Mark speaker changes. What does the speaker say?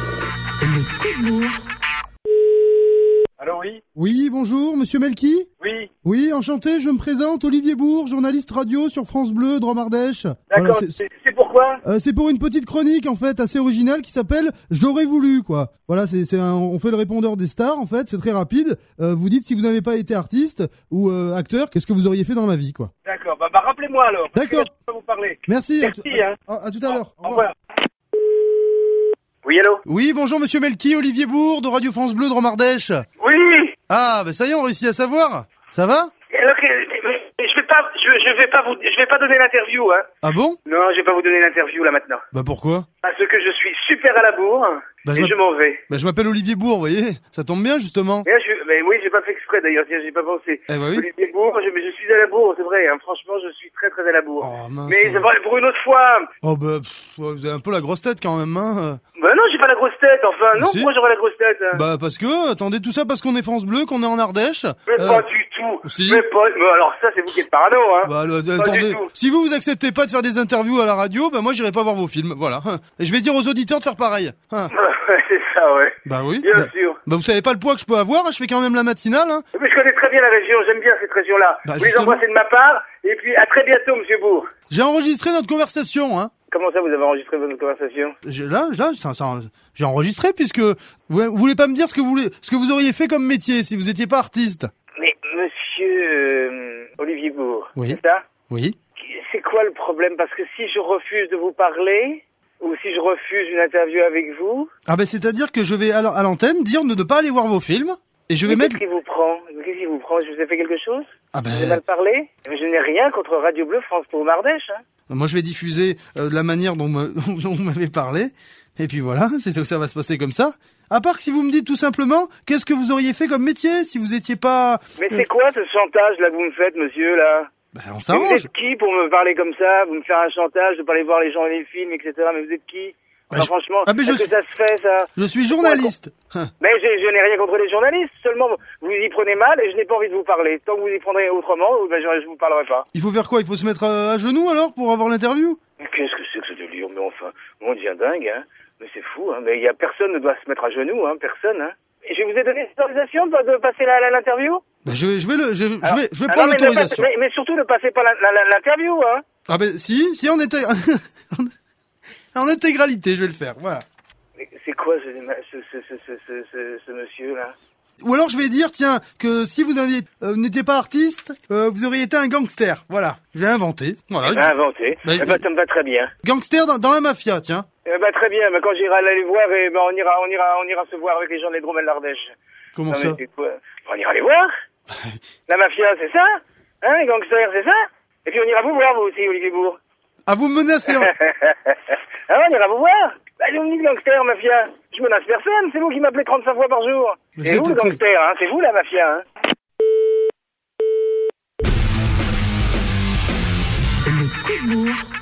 Speaker 1: le coup de bourre.
Speaker 2: Allô, oui
Speaker 3: Oui, bonjour, monsieur Melki
Speaker 2: Oui,
Speaker 3: Oui, enchanté, je me présente, Olivier Bourg, journaliste radio sur France Bleu, Drôme Ardèche.
Speaker 2: d'accord.
Speaker 3: Voilà, c'est-
Speaker 2: c'est c'est pourquoi
Speaker 3: euh, c'est pour une petite chronique, en fait, assez originale qui s'appelle J'aurais voulu, quoi. Voilà, c'est c'est un- on fait le répondeur des stars, en fait, c'est très rapide. Euh, vous dites si vous n'avez pas été artiste ou euh, acteur, qu'est-ce que vous auriez fait dans la vie, quoi.
Speaker 2: D'accord, bah, bah rappelez-moi alors. parce que
Speaker 3: D'accord.
Speaker 2: là, Je peux vous parler.
Speaker 3: Merci, à,
Speaker 2: Merci, hein.
Speaker 3: à- à tout à l'heure.
Speaker 2: Au revoir. Oui, allô
Speaker 3: Oui, bonjour, monsieur Melki, Olivier Bourg, de Radio France Bleu, Drôme Ardèche.
Speaker 2: Oui
Speaker 3: Ah, ben ça y est, on réussit à savoir. Ça va
Speaker 2: alors que- mais- mais je vais pas, je, je vais pas vous, je vais pas donner l'interview, hein.
Speaker 3: Ah bon
Speaker 2: Non, je vais pas vous donner l'interview là maintenant,
Speaker 3: Bah pourquoi
Speaker 2: parce que je suis super à la bourre
Speaker 3: Bah, je
Speaker 2: et
Speaker 3: m'app-
Speaker 2: je m'en vais.
Speaker 3: Bah je m'appelle Olivier Bourg, vous voyez Ça tombe bien, justement.
Speaker 2: Mais, là, je- mais oui, j'ai pas fait exprès d'ailleurs, tiens, j'ai pas pensé.
Speaker 3: Eh bah oui.
Speaker 2: Olivier Bourg, je, mais je suis à la bourre, c'est vrai. hein. Franchement, je suis très très à la bourre.
Speaker 3: Oh mince.
Speaker 2: mais ça va pour une autre fois.
Speaker 3: Oh bah pff, ouais, vous avez un peu la grosse tête quand même hein.
Speaker 2: Bah non, j'ai pas la grosse tête. Enfin, non,
Speaker 3: Si.
Speaker 2: pourquoi j'aurais la grosse tête hein
Speaker 3: Euh, Bah parce que attendez tout ça parce qu'on est France Bleu, qu'on est en Ardèche.
Speaker 2: Mais
Speaker 3: Euh,
Speaker 2: pas du tout.
Speaker 3: si.
Speaker 2: Mais pas. Mais alors ça, c'est vous qui êtes parano, hein.
Speaker 3: bah,
Speaker 2: Pas
Speaker 3: le-
Speaker 2: du
Speaker 3: attendez,
Speaker 2: tout.
Speaker 3: si vous vous acceptez pas de faire des interviews à la radio, bah moi j'irai pas voir vos films, voilà. Et je vais dire aux auditeurs de faire pareil. Hein.
Speaker 2: c'est ça, ouais.
Speaker 3: Bah oui.
Speaker 2: Bien
Speaker 3: Bah,
Speaker 2: sûr.
Speaker 3: bah, vous savez pas le poids que je peux avoir, hein, je fais quand même la matinale. Hein.
Speaker 2: Mais je connais très bien la région. J'aime bien cette région-là.
Speaker 3: Bah,
Speaker 2: vous les
Speaker 3: justement.
Speaker 2: embrassez de ma part. Et puis à très bientôt, Monsieur Bourg.
Speaker 3: J'ai enregistré notre conversation. Hein.
Speaker 2: Comment ça, vous avez enregistré votre conversation
Speaker 3: J'ai- Là, là, ça- ça- j'ai enregistré puisque vous, vous voulez pas me dire ce que vous voulez, ce que vous auriez fait comme métier si vous étiez pas artiste.
Speaker 2: Mais Monsieur euh, Olivier Bourg.
Speaker 3: Oui.
Speaker 2: C'est ça
Speaker 3: Oui.
Speaker 2: C'est quoi le problème Parce que si je refuse de vous parler ou si je refuse une interview avec vous,
Speaker 3: Ah ben c'est-à-dire que je vais à la- à l'antenne dire de ne pas aller voir vos films et je vais
Speaker 2: mais
Speaker 3: mettre
Speaker 2: qu'est-ce qui vous prend Qu'est-ce qui vous prend Je vous ai fait quelque chose
Speaker 3: ah ben,
Speaker 2: J'ai mal parlé Mais je n'ai rien contre Radio Bleu France pour Mardèche. Hein.
Speaker 3: moi je vais diffuser euh, de la manière dont, me- dont vous m'avez parlé et puis voilà, c'est ça va se passer comme ça. À part que si vous me dites tout simplement qu'est-ce que vous auriez fait comme métier si vous étiez pas
Speaker 2: Mais c'est quoi ce chantage là que vous me faites, monsieur là
Speaker 3: ben, on
Speaker 2: Mais Vous
Speaker 3: s'arrange.
Speaker 2: êtes qui pour me parler comme ça Vous me faire un chantage de pas aller voir les gens et les films, etc. Mais vous êtes qui
Speaker 3: Bah,
Speaker 2: Enfin,
Speaker 3: je-
Speaker 2: Franchement,
Speaker 3: Ah, mais je
Speaker 2: est-ce
Speaker 3: suis-
Speaker 2: que ça se fait ça
Speaker 3: Je suis journaliste. Hein.
Speaker 2: Mais je, je n'ai rien contre les journalistes. Seulement, vous y prenez mal et je n'ai pas envie de vous parler. Tant que vous y prendrez autrement, ben, je, je vous parlerai pas.
Speaker 3: Il faut faire quoi Il faut se mettre euh, à genoux alors pour avoir l'interview
Speaker 2: Mais Qu'est-ce que c'est que ce délire Mais enfin, on devient dingue. Hein mais c'est fou. Hein mais il y a personne ne doit se mettre à genoux. Hein personne. Hein et je vous ai donné cette autorisation de de passer la- la- l'interview
Speaker 3: ben, je, je vais le je, je
Speaker 2: Alors-
Speaker 3: vais je vais
Speaker 2: Ah
Speaker 3: prendre
Speaker 2: non, mais ne
Speaker 3: l'autorisation.
Speaker 2: passe- Mais, mais surtout ne passez pas la- la- la- l'interview, hein.
Speaker 3: Ah ben si, si on était en intégralité, je vais le faire. Voilà.
Speaker 2: Mais C'est quoi ce, ce, ce, ce, ce, ce, ce- ce monsieur là
Speaker 3: Ou alors je vais dire, tiens, que si vous n'aviez- euh, vous n'étiez pas artiste, euh, vous auriez été un gangster. Voilà, j'ai inventé. Voilà,
Speaker 2: J'ai inventé.
Speaker 3: Euh, Mais-
Speaker 2: Eh ben, ça me va très bien.
Speaker 3: gangster dans, dans la mafia, tiens.
Speaker 2: Eh ben, très bien. Mais quand j'irai aller les voir, et ben, on ira, on ira, on ira se voir avec les gens de l'Hydromel l'Ardèche.
Speaker 3: Comment
Speaker 2: Non, mais
Speaker 3: ça
Speaker 2: c'est quoi On ira les voir. La mafia, c'est ça Hein, les gangsters, c'est ça Et puis on ira vous voir, vous aussi, Olivier Bourg.
Speaker 3: Ah, vous me menacez. hein.
Speaker 2: hein, on ira vous voir. Bah, nous, on dit gangster, mafia. Je menace personne. C'est vous qui m'appelez 35 fois par jour.
Speaker 3: Mais
Speaker 2: C'est
Speaker 3: c'est
Speaker 2: vous le
Speaker 3: tout con.
Speaker 2: gangster, hein. C'est vous la mafia, hein.
Speaker 1: Le coup de bourre.